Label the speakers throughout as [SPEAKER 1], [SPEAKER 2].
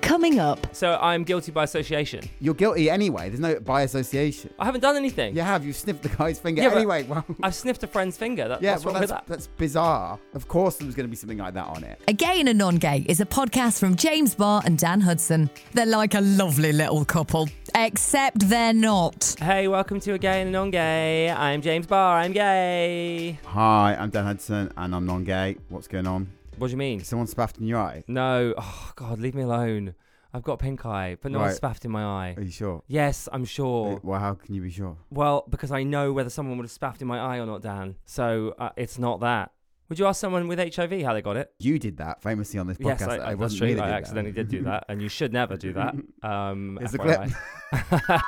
[SPEAKER 1] coming up.
[SPEAKER 2] So I'm guilty by association.
[SPEAKER 3] You're guilty anyway. There's no by association.
[SPEAKER 2] I haven't done anything.
[SPEAKER 3] You have. You sniffed the guy's finger
[SPEAKER 2] Yeah, but-
[SPEAKER 3] anyway. Well,
[SPEAKER 2] I've sniffed a friend's finger. That,
[SPEAKER 3] yeah,
[SPEAKER 2] what's
[SPEAKER 3] well,
[SPEAKER 2] wrong
[SPEAKER 3] that's,
[SPEAKER 2] with that?
[SPEAKER 3] that's bizarre. Of course, there was going to be something like that on it.
[SPEAKER 1] A Gay and a Non Gay is a podcast from James Barr and Dan Hudson. They're like a lovely little couple, except they're not.
[SPEAKER 2] Hey, welcome to a gay and a non-gay. I'm James Barr. I'm gay.
[SPEAKER 3] Hi, I'm Dan Hudson, and I'm non-gay. What's going on?
[SPEAKER 2] What do you mean?
[SPEAKER 3] Someone spaffed in your eye.
[SPEAKER 2] No. Oh God, leave me alone. I've got pink eye, but no one
[SPEAKER 3] Right.
[SPEAKER 2] spaffed in my eye.
[SPEAKER 3] Are you sure?
[SPEAKER 2] Yes, I'm sure.
[SPEAKER 3] Well, how can you be sure?
[SPEAKER 2] Well, because I know whether someone would have spaffed in my eye or not, Dan. So uh, it's not that. Would you ask someone with HIV how they got it?
[SPEAKER 3] You did that famously on this podcast.
[SPEAKER 2] yes, I, I,
[SPEAKER 3] It
[SPEAKER 2] that's
[SPEAKER 3] wasn't
[SPEAKER 2] true.
[SPEAKER 3] me that
[SPEAKER 2] I
[SPEAKER 3] did that.
[SPEAKER 2] accidentally did do that, and you should never do that. Um,
[SPEAKER 3] Here's the
[SPEAKER 2] FYI.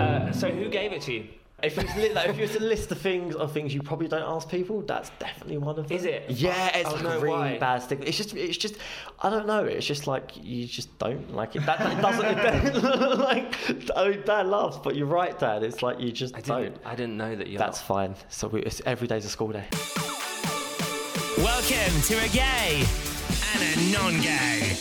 [SPEAKER 4] Uh, so who gave it to you?
[SPEAKER 5] If you, was to li- like, if you was to list the things of things you probably don't ask people, that's definitely one of them.
[SPEAKER 4] Is it?
[SPEAKER 5] Yeah, it's
[SPEAKER 4] Oh,
[SPEAKER 5] like
[SPEAKER 4] no
[SPEAKER 5] a really
[SPEAKER 4] way.
[SPEAKER 5] bad stigma. It's just, it's just, I don't know. It's just like you just don't like it. That, that doesn't, it doesn't like. I mean, Dad laughs, but you're right, Dad. It's like you just
[SPEAKER 4] I
[SPEAKER 5] don't.
[SPEAKER 4] didn't. I didn't know that you.
[SPEAKER 5] That's fine. So we, it's, every day's a school day.
[SPEAKER 6] Welcome to a gay and a non gay.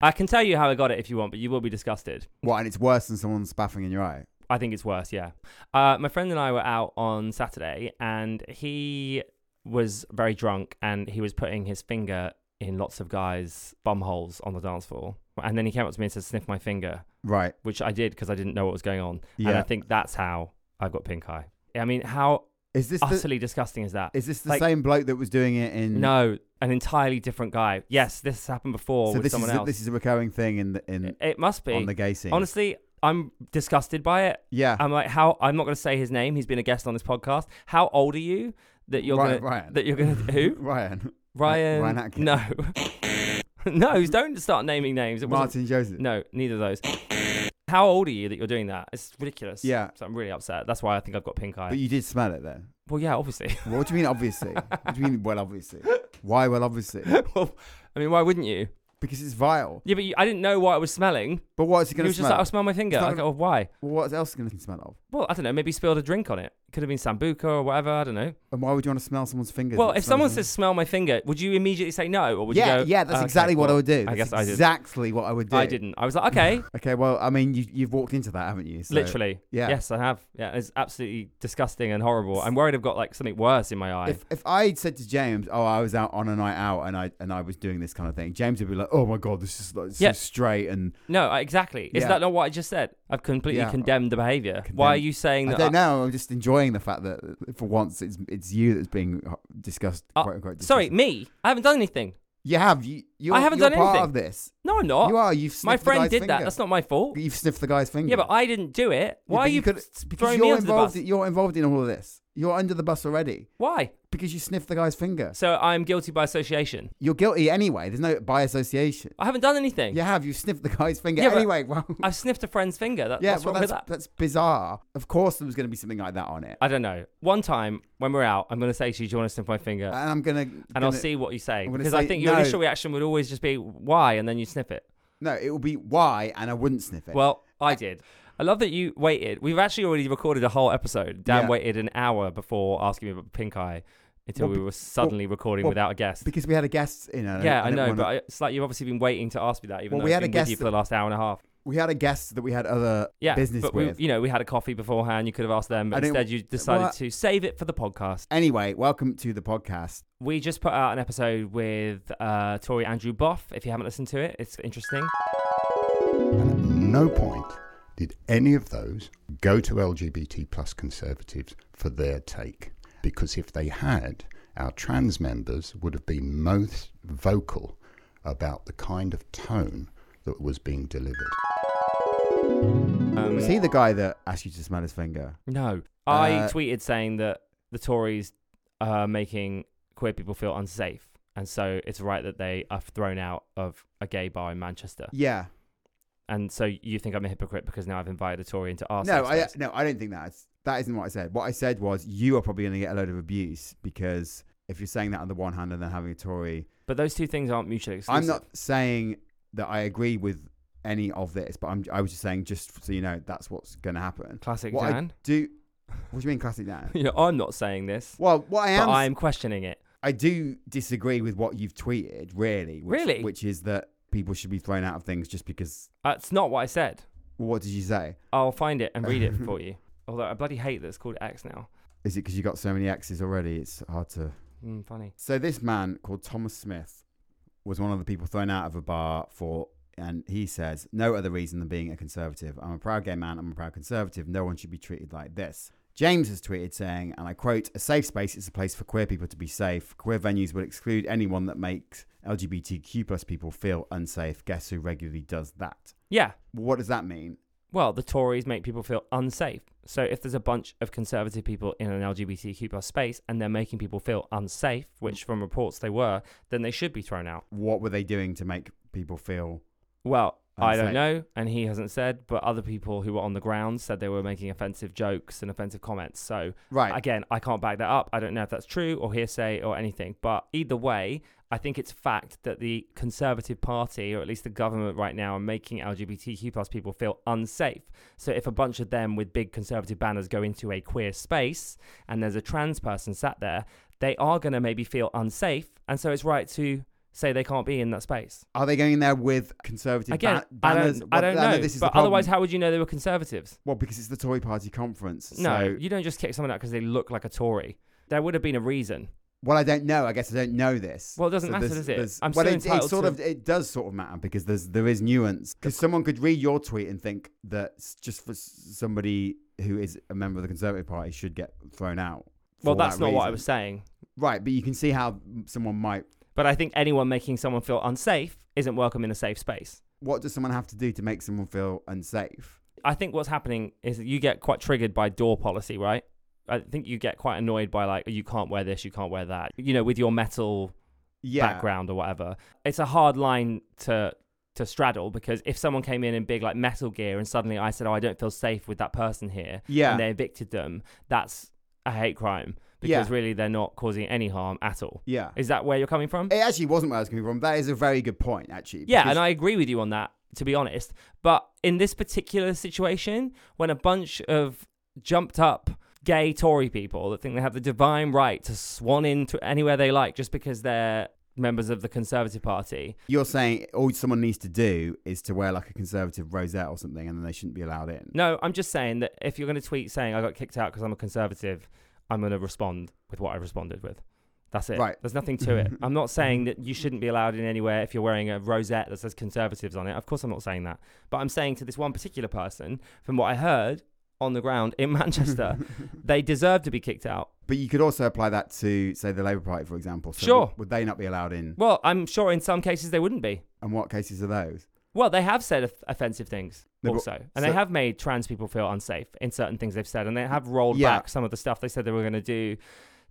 [SPEAKER 2] I can tell you how I got it if you want, but you will be disgusted.
[SPEAKER 3] What? And it's worse than someone spaffing in your eye.
[SPEAKER 2] I think it's worse, yeah. Uh, my friend and I were out on Saturday, and he was very drunk, and he was putting his finger in lots of guys' bum holes on the dance floor. And then he came up to me and said, "Sniff my finger,"
[SPEAKER 3] Right.
[SPEAKER 2] which I did because I didn't know what was going on. And
[SPEAKER 3] Yeah.
[SPEAKER 2] I think that's how I've got pink eye. I mean, how
[SPEAKER 3] Is this the,
[SPEAKER 2] utterly disgusting is that?
[SPEAKER 3] is this the
[SPEAKER 2] like-
[SPEAKER 3] same bloke that was doing it in?
[SPEAKER 2] no, an entirely different guy. Yes, this has happened before
[SPEAKER 3] So
[SPEAKER 2] with
[SPEAKER 3] this
[SPEAKER 2] someone
[SPEAKER 3] is a,
[SPEAKER 2] else.
[SPEAKER 3] this is a recurring thing in the, in
[SPEAKER 2] it must be
[SPEAKER 3] on the Ah. gay scene.
[SPEAKER 2] Honestly, I'm disgusted by it.
[SPEAKER 3] yeah.
[SPEAKER 2] I'm like, how? I'm not going to say his name. He's been a guest on this podcast. How old are you that you're
[SPEAKER 3] Ryan-
[SPEAKER 2] gonna
[SPEAKER 3] Ryan.
[SPEAKER 2] that you're gonna who
[SPEAKER 3] Ryan.
[SPEAKER 2] Ryan?
[SPEAKER 3] Ryan Atkin.
[SPEAKER 2] no, no, don't start naming names. It wasn't-
[SPEAKER 3] Martin Joseph.
[SPEAKER 2] No, neither of those. How old are you that you're doing that? It's ridiculous.
[SPEAKER 3] Yeah.
[SPEAKER 2] So I'm really upset. That's why I think I've got pink eye.
[SPEAKER 3] But you did smell it then.
[SPEAKER 2] well, yeah, obviously.
[SPEAKER 3] What do you mean, obviously? what do you mean, well, obviously? Why, well, obviously?
[SPEAKER 2] well, I mean, why wouldn't you?
[SPEAKER 3] Because it's vile.
[SPEAKER 2] Yeah, but you, I didn't know what I was smelling.
[SPEAKER 3] But what's it
[SPEAKER 2] He
[SPEAKER 3] going to
[SPEAKER 2] was just
[SPEAKER 3] smell?
[SPEAKER 2] like, I'll smell my finger.
[SPEAKER 3] It's not
[SPEAKER 2] I go, oh, why?
[SPEAKER 3] well, what else going to smell of?
[SPEAKER 2] Well, I don't know. Maybe he spilled a drink on it. Could have been sambuca or whatever. I don't know.
[SPEAKER 3] And why would you want to smell someone's fingers?
[SPEAKER 2] Well,
[SPEAKER 3] that
[SPEAKER 2] if
[SPEAKER 3] smell
[SPEAKER 2] someone
[SPEAKER 3] of-
[SPEAKER 2] says "smell my finger," would you immediately say no, or would
[SPEAKER 3] yeah,
[SPEAKER 2] you go? "Oh,
[SPEAKER 3] yeah, that's
[SPEAKER 2] "Okay,
[SPEAKER 3] exactly what I
[SPEAKER 2] cool."
[SPEAKER 3] would do.
[SPEAKER 2] I
[SPEAKER 3] That's
[SPEAKER 2] guess I did.
[SPEAKER 3] exactly what I would do.
[SPEAKER 2] I didn't. I was like, okay,
[SPEAKER 3] Okay, well, I mean, you, you've walked into that, haven't you? So-
[SPEAKER 2] literally.
[SPEAKER 3] yeah.
[SPEAKER 2] Yes, I have. Yeah, it's absolutely disgusting and horrible. I'm worried I've got like something worse in my eye.
[SPEAKER 3] If if I had said to James, "Oh, I was out on a night out and I and I was doing this kind of thing," James would be like, "Oh my god, this is like
[SPEAKER 2] Yeah.
[SPEAKER 3] so straight and
[SPEAKER 2] no, I- exactly. Is
[SPEAKER 3] Yeah.
[SPEAKER 2] that not what I just said? I've completely
[SPEAKER 3] Yeah.
[SPEAKER 2] condemned the behaviour. Why are
[SPEAKER 3] Condemned.
[SPEAKER 2] you saying
[SPEAKER 3] I
[SPEAKER 2] that?
[SPEAKER 3] don't know. I'm just enjoying the fact that uh, for once it's it's you that's being discussed.
[SPEAKER 2] Uh,
[SPEAKER 3] quote, unquote,
[SPEAKER 2] sorry,
[SPEAKER 3] discussed.
[SPEAKER 2] me. I haven't done anything.
[SPEAKER 3] you have you. You're,
[SPEAKER 2] I haven't
[SPEAKER 3] you're
[SPEAKER 2] done
[SPEAKER 3] part
[SPEAKER 2] anything.
[SPEAKER 3] of this.
[SPEAKER 2] No, I'm not.
[SPEAKER 3] You are. You've
[SPEAKER 2] My
[SPEAKER 3] sniffed the
[SPEAKER 2] friend
[SPEAKER 3] guy's
[SPEAKER 2] did that.
[SPEAKER 3] finger.
[SPEAKER 2] That's not my fault.
[SPEAKER 3] You've sniffed the guy's finger.
[SPEAKER 2] Yeah, but I didn't do it.
[SPEAKER 3] Yeah,
[SPEAKER 2] Why
[SPEAKER 3] but
[SPEAKER 2] are you,
[SPEAKER 3] could-
[SPEAKER 2] s-
[SPEAKER 3] because
[SPEAKER 2] throwing
[SPEAKER 3] you're
[SPEAKER 2] me under the
[SPEAKER 3] involved.
[SPEAKER 2] bus?
[SPEAKER 3] You're involved in all of this. You're under the bus already
[SPEAKER 2] Why?
[SPEAKER 3] because you sniffed the guy's finger.
[SPEAKER 2] So I'm guilty by association.
[SPEAKER 3] You're guilty anyway. There's no by association.
[SPEAKER 2] I haven't done anything.
[SPEAKER 3] You have. You sniffed the guy's finger
[SPEAKER 2] Yeah, but
[SPEAKER 3] anyway. Well,
[SPEAKER 2] I've sniffed a friend's finger. That,
[SPEAKER 3] yeah,
[SPEAKER 2] what's
[SPEAKER 3] well,
[SPEAKER 2] wrong
[SPEAKER 3] that's,
[SPEAKER 2] with that?
[SPEAKER 3] that's bizarre. Of course, there was going to be something like that on it.
[SPEAKER 2] I don't know. One time when we're out, I'm going to say to you, "Do you want to sniff my finger?"
[SPEAKER 3] and I'm gonna.
[SPEAKER 2] and I'll see what you say
[SPEAKER 3] I'm gonna
[SPEAKER 2] because I
[SPEAKER 3] say
[SPEAKER 2] think your
[SPEAKER 3] no.
[SPEAKER 2] initial reaction would always just be "Why?" and then you sniff it.
[SPEAKER 3] No, it will be why, and I wouldn't sniff it.
[SPEAKER 2] Well, I did. I love that you waited. We've actually already recorded a whole episode. Dan
[SPEAKER 3] Yeah.
[SPEAKER 2] waited an hour before asking me about pink eye until
[SPEAKER 3] Well,
[SPEAKER 2] we
[SPEAKER 3] be-
[SPEAKER 2] were suddenly recording
[SPEAKER 3] well,
[SPEAKER 2] without a guest.
[SPEAKER 3] because we had a guest in. And
[SPEAKER 2] yeah, I
[SPEAKER 3] and
[SPEAKER 2] know,
[SPEAKER 3] everyone-
[SPEAKER 2] but I, it's like you've obviously been waiting to ask me that, even
[SPEAKER 3] Well,
[SPEAKER 2] though
[SPEAKER 3] we
[SPEAKER 2] I've
[SPEAKER 3] had a
[SPEAKER 2] been with
[SPEAKER 3] guest
[SPEAKER 2] you for the last hour and a half.
[SPEAKER 3] we had a guest that we had other
[SPEAKER 2] Yeah,
[SPEAKER 3] business
[SPEAKER 2] but
[SPEAKER 3] with.
[SPEAKER 2] we, you know, we had a coffee beforehand. You could have asked them,
[SPEAKER 3] I
[SPEAKER 2] but
[SPEAKER 3] didn't-
[SPEAKER 2] instead you decided
[SPEAKER 3] well, I-
[SPEAKER 2] to save it for the podcast.
[SPEAKER 3] Anyway, welcome to the podcast.
[SPEAKER 2] We just put out an episode with uh, Tori Andrew Boff. If you haven't listened to it, it's interesting.
[SPEAKER 7] no point did any of those go to LGBT plus conservatives for their take. Because if they had, our trans members would have been most vocal about the kind of tone that was being delivered.
[SPEAKER 2] Um,
[SPEAKER 3] Was he the guy that asked you to smell his finger?
[SPEAKER 2] No. I
[SPEAKER 3] Uh,
[SPEAKER 2] tweeted saying that the Tories are making queer people feel unsafe. And so it's right that they are thrown out of a gay bar in Manchester.
[SPEAKER 3] Yeah.
[SPEAKER 2] And so you think I'm a hypocrite because now I've invited a Tory into our
[SPEAKER 3] No,
[SPEAKER 2] safe
[SPEAKER 3] I
[SPEAKER 2] space.
[SPEAKER 3] no, I don't think that's that isn't what I said. What I said was you are probably going to get a load of abuse because if you're saying that on the one hand and then having a Tory,
[SPEAKER 2] But those two things aren't mutually exclusive.
[SPEAKER 3] I'm not saying that I agree with any of this, but I'm I was just saying just so you know that's what's going to happen.
[SPEAKER 2] Classic
[SPEAKER 3] What I
[SPEAKER 2] Dan.
[SPEAKER 3] do What do you mean classic now?
[SPEAKER 2] You know, I'm not saying this,
[SPEAKER 3] Well, what I
[SPEAKER 2] but
[SPEAKER 3] am,
[SPEAKER 2] I'm questioning it.
[SPEAKER 3] I do disagree with what you've tweeted, really. Which,
[SPEAKER 2] Really?
[SPEAKER 3] which is that people should be thrown out of things just because.
[SPEAKER 2] That's not what I said.
[SPEAKER 3] Well, what did you say?
[SPEAKER 2] I'll find it and read it for you. Although I bloody hate that it's called X now.
[SPEAKER 3] Is it because you got so many X's already? It's hard to.
[SPEAKER 2] Mm, funny.
[SPEAKER 3] So this man called Thomas Smith was one of the people thrown out of a bar for, and he says, no other reason than being a conservative. I'm a proud gay man. I'm a proud conservative. No one should be treated like this. James has tweeted saying, and I quote, a safe space is a place for queer people to be safe. Queer venues will exclude anyone that makes LGBTQ plus people feel unsafe. Guess who regularly does that?
[SPEAKER 2] Yeah.
[SPEAKER 3] What does that mean?
[SPEAKER 2] Well, the Tories make people feel unsafe. So if there's a bunch of conservative people in an LGBTQ plus space and they're making people feel unsafe, which from reports they were, then they should be thrown out.
[SPEAKER 3] What were they doing to make people feel?
[SPEAKER 2] Well, I
[SPEAKER 3] Unsafe.
[SPEAKER 2] don't know, and he hasn't said, but other people who were on the ground said they were making offensive jokes and offensive comments. So
[SPEAKER 3] Right.
[SPEAKER 2] again, I can't back that up. I don't know if that's true or hearsay or anything, but either way, I think it's fact that the Conservative Party, or at least the government right now, are making LGBTQ plus people feel unsafe. So if a bunch of them with big conservative banners go into a queer space and there's a trans person sat there, they are going to maybe feel unsafe, and so it's right to say they can't be in that space.
[SPEAKER 3] Are they going there with conservative
[SPEAKER 2] Again,
[SPEAKER 3] ba- banners?
[SPEAKER 2] I don't, I don't
[SPEAKER 3] Well,
[SPEAKER 2] know.
[SPEAKER 3] this is the
[SPEAKER 2] but otherwise,
[SPEAKER 3] problem.
[SPEAKER 2] how would you know they were conservatives?
[SPEAKER 3] Well, because it's the Tory Party conference.
[SPEAKER 2] No,
[SPEAKER 3] So,
[SPEAKER 2] you don't just kick someone out because they look like a Tory. There would have been a reason.
[SPEAKER 3] well, I don't know. I guess I don't know this.
[SPEAKER 2] Well, it doesn't matter,
[SPEAKER 3] there's-
[SPEAKER 2] does it?
[SPEAKER 3] there's-
[SPEAKER 2] I'm
[SPEAKER 3] well,
[SPEAKER 2] still
[SPEAKER 3] it, it
[SPEAKER 2] entitled
[SPEAKER 3] sort
[SPEAKER 2] to-
[SPEAKER 3] of it does sort of matter because there's there is nuance. Because someone could read your tweet and think that s- just for s- somebody who is a member of the Conservative Party should get thrown out.
[SPEAKER 2] Well,
[SPEAKER 3] for
[SPEAKER 2] that's
[SPEAKER 3] that
[SPEAKER 2] not what I
[SPEAKER 3] reason.
[SPEAKER 2] was saying.
[SPEAKER 3] Right, but you can see how someone might.
[SPEAKER 2] But I think anyone making someone feel unsafe isn't welcome in a safe space.
[SPEAKER 3] What does someone have to do to make someone feel unsafe?
[SPEAKER 2] I think what's happening is that you get quite triggered by door policy, right? I think you get quite annoyed by like you can't wear this, you can't wear that. You know, with your metal
[SPEAKER 3] Yeah.
[SPEAKER 2] background or whatever. It's a hard line to to straddle because if someone came in in big like metal gear and suddenly I said, "Oh, I don't feel safe with that person here,"
[SPEAKER 3] Yeah.
[SPEAKER 2] and they evicted them, that's a hate crime
[SPEAKER 3] Yeah.
[SPEAKER 2] because really they're not causing any harm at all.
[SPEAKER 3] Yeah.
[SPEAKER 2] Is that where you're coming from?
[SPEAKER 3] It actually wasn't where I was coming from. That is a very good point, actually.
[SPEAKER 2] Yeah,
[SPEAKER 3] because-
[SPEAKER 2] and I agree with you on that, to be honest. But in this particular situation, when a bunch of jumped up gay Tory people that think they have the divine right to swan into anywhere they like just because they're members of the Conservative Party,
[SPEAKER 3] You're saying all someone needs to do is to wear like a conservative rosette or something, and then they shouldn't be allowed in.
[SPEAKER 2] No, I'm just saying that if you're going to tweet saying I got kicked out because I'm a conservative, I'm going to respond with what I responded with. That's it.
[SPEAKER 3] Right.
[SPEAKER 2] There's nothing to it. I'm not saying that you shouldn't be allowed in anywhere if you're wearing a rosette that says conservatives on it. Of course, I'm not saying that. But I'm saying to this one particular person, from what I heard on the ground in Manchester, they deserve to be kicked out.
[SPEAKER 3] But you could also apply that to, say, the Labour Party, for example. So
[SPEAKER 2] Sure.
[SPEAKER 3] Would, would they not be allowed in?
[SPEAKER 2] Well, I'm sure in some cases they wouldn't be.
[SPEAKER 3] And what cases are those?
[SPEAKER 2] Well, they have said off- offensive things
[SPEAKER 3] No, but-
[SPEAKER 2] also, and
[SPEAKER 3] so-
[SPEAKER 2] they have made trans people feel unsafe in certain things they've said, and they have rolled
[SPEAKER 3] Yeah.
[SPEAKER 2] back some of the stuff they said they were going to do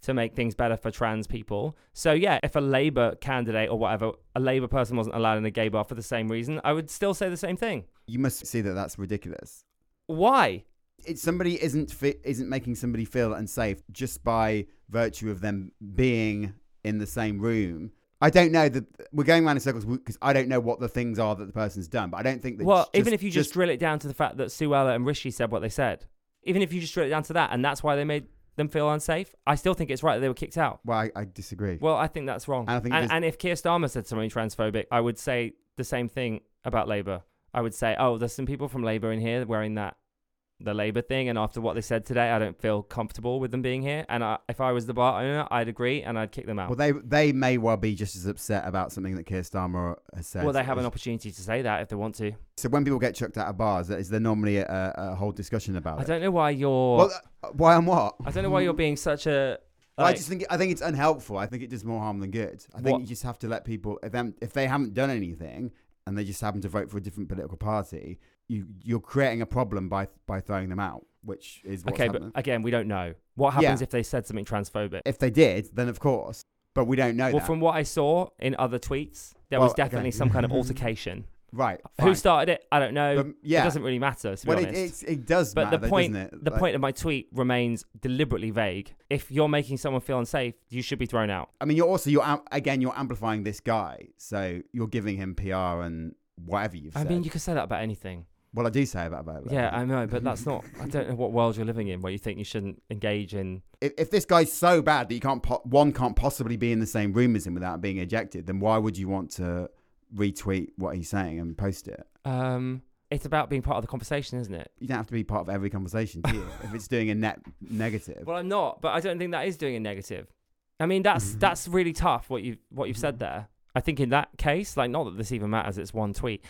[SPEAKER 2] to make things better for trans people. So yeah, if a Labour candidate or whatever, a Labour person wasn't allowed in a gay bar for the same reason, I would still say the same thing.
[SPEAKER 3] You must see that that's ridiculous.
[SPEAKER 2] Why?
[SPEAKER 3] It, somebody isn't fi- isn't making somebody feel unsafe just by virtue of them being in the same room. I don't know that we're going round in circles because I don't know what the things are that the person's done. But I don't think that.
[SPEAKER 2] well,
[SPEAKER 3] just-
[SPEAKER 2] even if you just, drill it down to the fact that Suella and Rishi said what they said, even if you just drill it down to that, and that's why they made them feel unsafe, I still think it's right that they were kicked out.
[SPEAKER 3] well, I, I disagree.
[SPEAKER 2] Well, I think that's wrong.
[SPEAKER 3] And I think
[SPEAKER 2] and,
[SPEAKER 3] there's-
[SPEAKER 2] and if Keir Starmer said something transphobic, I would say the same thing about Labour. I would say, oh, there's some people from Labour in here wearing that the Labour thing, and after what they said today, I don't feel comfortable with them being here. And I, if I was the bar owner, I'd agree and I'd kick them out.
[SPEAKER 3] Well, they they may well be just as upset about something that Keir Starmer has said.
[SPEAKER 2] Well, they have an
[SPEAKER 3] as-
[SPEAKER 2] opportunity to say that if they want to.
[SPEAKER 3] So when people get chucked out of bars, is there normally a, a whole discussion about
[SPEAKER 2] I
[SPEAKER 3] it?
[SPEAKER 2] don't know why you're.
[SPEAKER 3] Well, uh, why and what?
[SPEAKER 2] I don't know why you're being such a.
[SPEAKER 3] I
[SPEAKER 2] like-
[SPEAKER 3] just think I think it's unhelpful. I think it does more harm than good. I think
[SPEAKER 2] What-
[SPEAKER 3] you just have to let people if them if they haven't done anything and they just happen to vote for a different political party, you you're creating a problem by by throwing them out, which is what's
[SPEAKER 2] okay,
[SPEAKER 3] okay,
[SPEAKER 2] but again, we don't know what
[SPEAKER 3] Yeah.
[SPEAKER 2] happens if they said something transphobic.
[SPEAKER 3] if they did, then of course, but we don't know
[SPEAKER 2] Well,
[SPEAKER 3] that.
[SPEAKER 2] from what I saw in other tweets, there
[SPEAKER 3] Well,
[SPEAKER 2] was definitely
[SPEAKER 3] okay.
[SPEAKER 2] some kind of altercation.
[SPEAKER 3] right?
[SPEAKER 2] Who
[SPEAKER 3] fine.
[SPEAKER 2] started it? I don't know.
[SPEAKER 3] But, yeah.
[SPEAKER 2] It doesn't really matter, to be
[SPEAKER 3] Well, it,
[SPEAKER 2] honest.
[SPEAKER 3] it's, it does
[SPEAKER 2] but
[SPEAKER 3] matter,
[SPEAKER 2] the point,
[SPEAKER 3] though, doesn't it?
[SPEAKER 2] the
[SPEAKER 3] Like-
[SPEAKER 2] point of my tweet remains deliberately vague. If you're making someone feel unsafe, you should be thrown out.
[SPEAKER 3] I mean, you're also you're am- again you're amplifying this guy, so you're giving him PR and whatever you've
[SPEAKER 2] I
[SPEAKER 3] said.
[SPEAKER 2] mean, you could say that about anything.
[SPEAKER 3] Well, I do say that about that.
[SPEAKER 2] Yeah, I know, but that's not. I don't know what world you're living in where you think you shouldn't engage in.
[SPEAKER 3] if, if this guy's so bad that you can't po- one can't possibly be in the same room as him without being ejected, then why would you want to retweet what he's saying and post it?
[SPEAKER 2] Um, it's about being part of the conversation, isn't it?
[SPEAKER 3] You don't have to be part of every conversation, do you? if it's doing a net negative.
[SPEAKER 2] Well, I'm not, but I don't think that is doing a negative. I mean, that's that's really tough. What you what you've said there. I think in that case, like, not that this even matters. It's one tweet,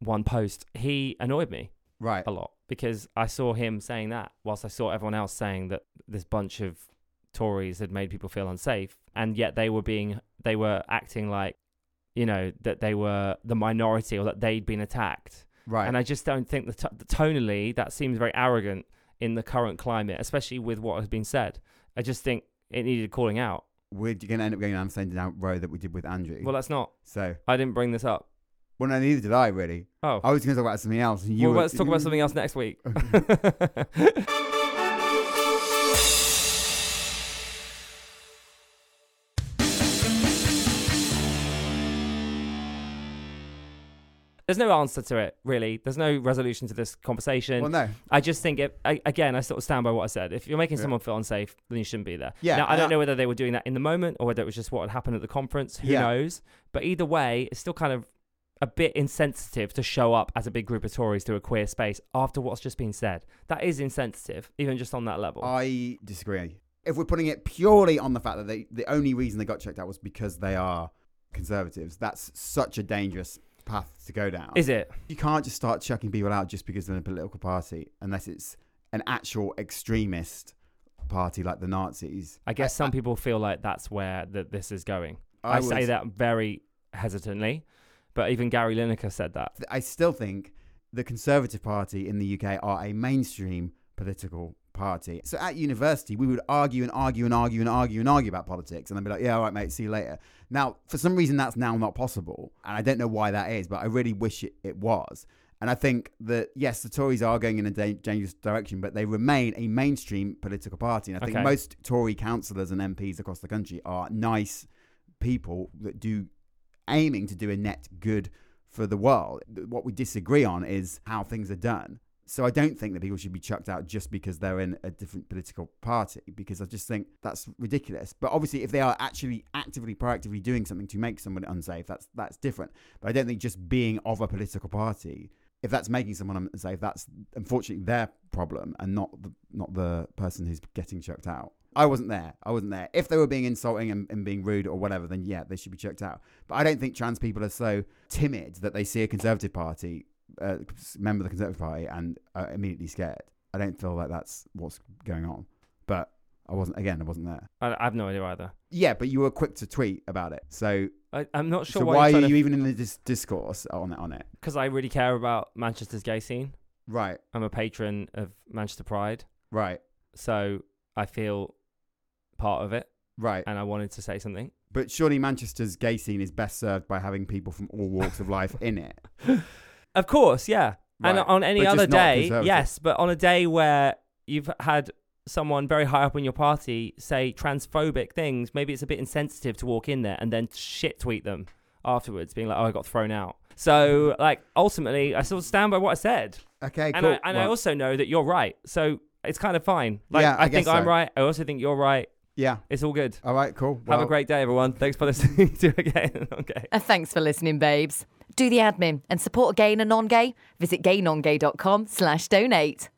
[SPEAKER 2] one post. He annoyed me
[SPEAKER 3] right.
[SPEAKER 2] a lot because I saw him saying that, whilst I saw everyone else saying that this bunch of Tories had made people feel unsafe, and yet they were being they were acting like, you know, that they were the minority or that they'd been attacked.
[SPEAKER 3] Right.
[SPEAKER 2] And I just don't think that t- tonally that seems very arrogant in the current climate, especially with what has been said. I just think it needed calling out.
[SPEAKER 3] We're going to end up going down the same down road that we did with Andrew.
[SPEAKER 2] Well, that's not.
[SPEAKER 3] so,
[SPEAKER 2] I didn't bring this up.
[SPEAKER 3] well, no, neither did I really.
[SPEAKER 2] Oh,
[SPEAKER 3] I was going to talk about something else, and you
[SPEAKER 2] well,
[SPEAKER 3] were-
[SPEAKER 2] let's talk about something else next week. There's no answer to it, really. There's no resolution to this conversation.
[SPEAKER 3] Well, no.
[SPEAKER 2] I just think it. I, again, I sort of stand by what I said. If you're making
[SPEAKER 3] Yeah.
[SPEAKER 2] someone feel unsafe, then you shouldn't be there.
[SPEAKER 3] Yeah,
[SPEAKER 2] Now, I
[SPEAKER 3] and
[SPEAKER 2] don't
[SPEAKER 3] I-
[SPEAKER 2] know whether they were doing that in the moment or whether it was just what had happened at the conference. Who
[SPEAKER 3] Yeah.
[SPEAKER 2] knows? But either way, it's still kind of a bit insensitive to show up as a big group of Tories to a queer space after what's just been said. That is insensitive, even just on that level.
[SPEAKER 3] I disagree. If we're putting it purely on the fact that they, the only reason they got checked out was because they are conservatives, that's such a dangerous path to go down.
[SPEAKER 2] is it?
[SPEAKER 3] You can't just start chucking people out just because they're in a political party, unless it's an actual extremist party like the Nazis.
[SPEAKER 2] I guess some people feel like that's where that this is going.
[SPEAKER 3] I
[SPEAKER 2] I, say
[SPEAKER 3] would-
[SPEAKER 2] that very hesitantly, but even Gary Lineker said that.
[SPEAKER 3] I still think the Conservative Party in the UK are a mainstream political party. So at university, we would argue and argue and argue and argue and argue about politics, and I'd be like, "Yeah, all right, mate, see you later." Now, for some reason, that's now not possible, and I don't know why that is, but I really wish it, it was. And I think that yes, the Tories are going in a da- dangerous direction, but they remain a mainstream political party, and I
[SPEAKER 2] Okay.
[SPEAKER 3] think most Tory councillors and MPs across the country are nice people that do aiming to do a net good for the world. What we disagree on is how things are done. So I don't think that people should be chucked out just because they're in a different political party, because I just think that's ridiculous. But obviously, if they are actually actively, proactively doing something to make someone unsafe, that's that's different. But I don't think just being of a political party, if that's making someone unsafe, that's unfortunately their problem and not the not the person who's getting chucked out. I wasn't there. I wasn't there. If they were being insulting and, and being rude or whatever, then yeah, they should be chucked out. But I don't think trans people are so timid that they see a Conservative Party uh, member of the Conservative Party and are immediately scared. I don't feel like that's what's going on. But I wasn't. Again, I wasn't there.
[SPEAKER 2] I, I have no idea either.
[SPEAKER 3] Yeah, but you were quick to tweet about it. So,
[SPEAKER 2] I, I'm not sure
[SPEAKER 3] so
[SPEAKER 2] why,
[SPEAKER 3] why
[SPEAKER 2] you're
[SPEAKER 3] are
[SPEAKER 2] trying
[SPEAKER 3] you even in the dis- discourse on it? On it,
[SPEAKER 2] Because I really care about Manchester's gay scene.
[SPEAKER 3] right?
[SPEAKER 2] I'm a patron of Manchester Pride,
[SPEAKER 3] Right.
[SPEAKER 2] so I feel part of it,
[SPEAKER 3] Right.
[SPEAKER 2] and I wanted to say something.
[SPEAKER 3] But surely Manchester's gay scene is best served by having people from all walks of life in it.
[SPEAKER 2] Of course, yeah. And
[SPEAKER 3] Right.
[SPEAKER 2] on any
[SPEAKER 3] But just
[SPEAKER 2] other
[SPEAKER 3] not
[SPEAKER 2] day,
[SPEAKER 3] conservative.
[SPEAKER 2] yes, but on a day where you've had someone very high up in your party say transphobic things, maybe it's a bit insensitive to walk in there and then shit tweet them afterwards, being like, "Oh, I got thrown out." So, like, ultimately, I still stand by what I said.
[SPEAKER 3] Okay,
[SPEAKER 2] and
[SPEAKER 3] cool.
[SPEAKER 2] I, and I
[SPEAKER 3] Well,
[SPEAKER 2] also know that you're right. So it's kind of fine. Like
[SPEAKER 3] Yeah,
[SPEAKER 2] I,
[SPEAKER 3] I
[SPEAKER 2] think
[SPEAKER 3] guess
[SPEAKER 2] I'm
[SPEAKER 3] so.
[SPEAKER 2] right. I also think you're right.
[SPEAKER 3] yeah.
[SPEAKER 2] It's all good.
[SPEAKER 3] All right, cool.
[SPEAKER 2] Have
[SPEAKER 3] Well,
[SPEAKER 2] a great day, everyone. Thanks for listening to again. okay.
[SPEAKER 1] Uh, thanks for listening, babes. Do the admin and support a gay and a non-gay. Visit gaynongay.com slash donate.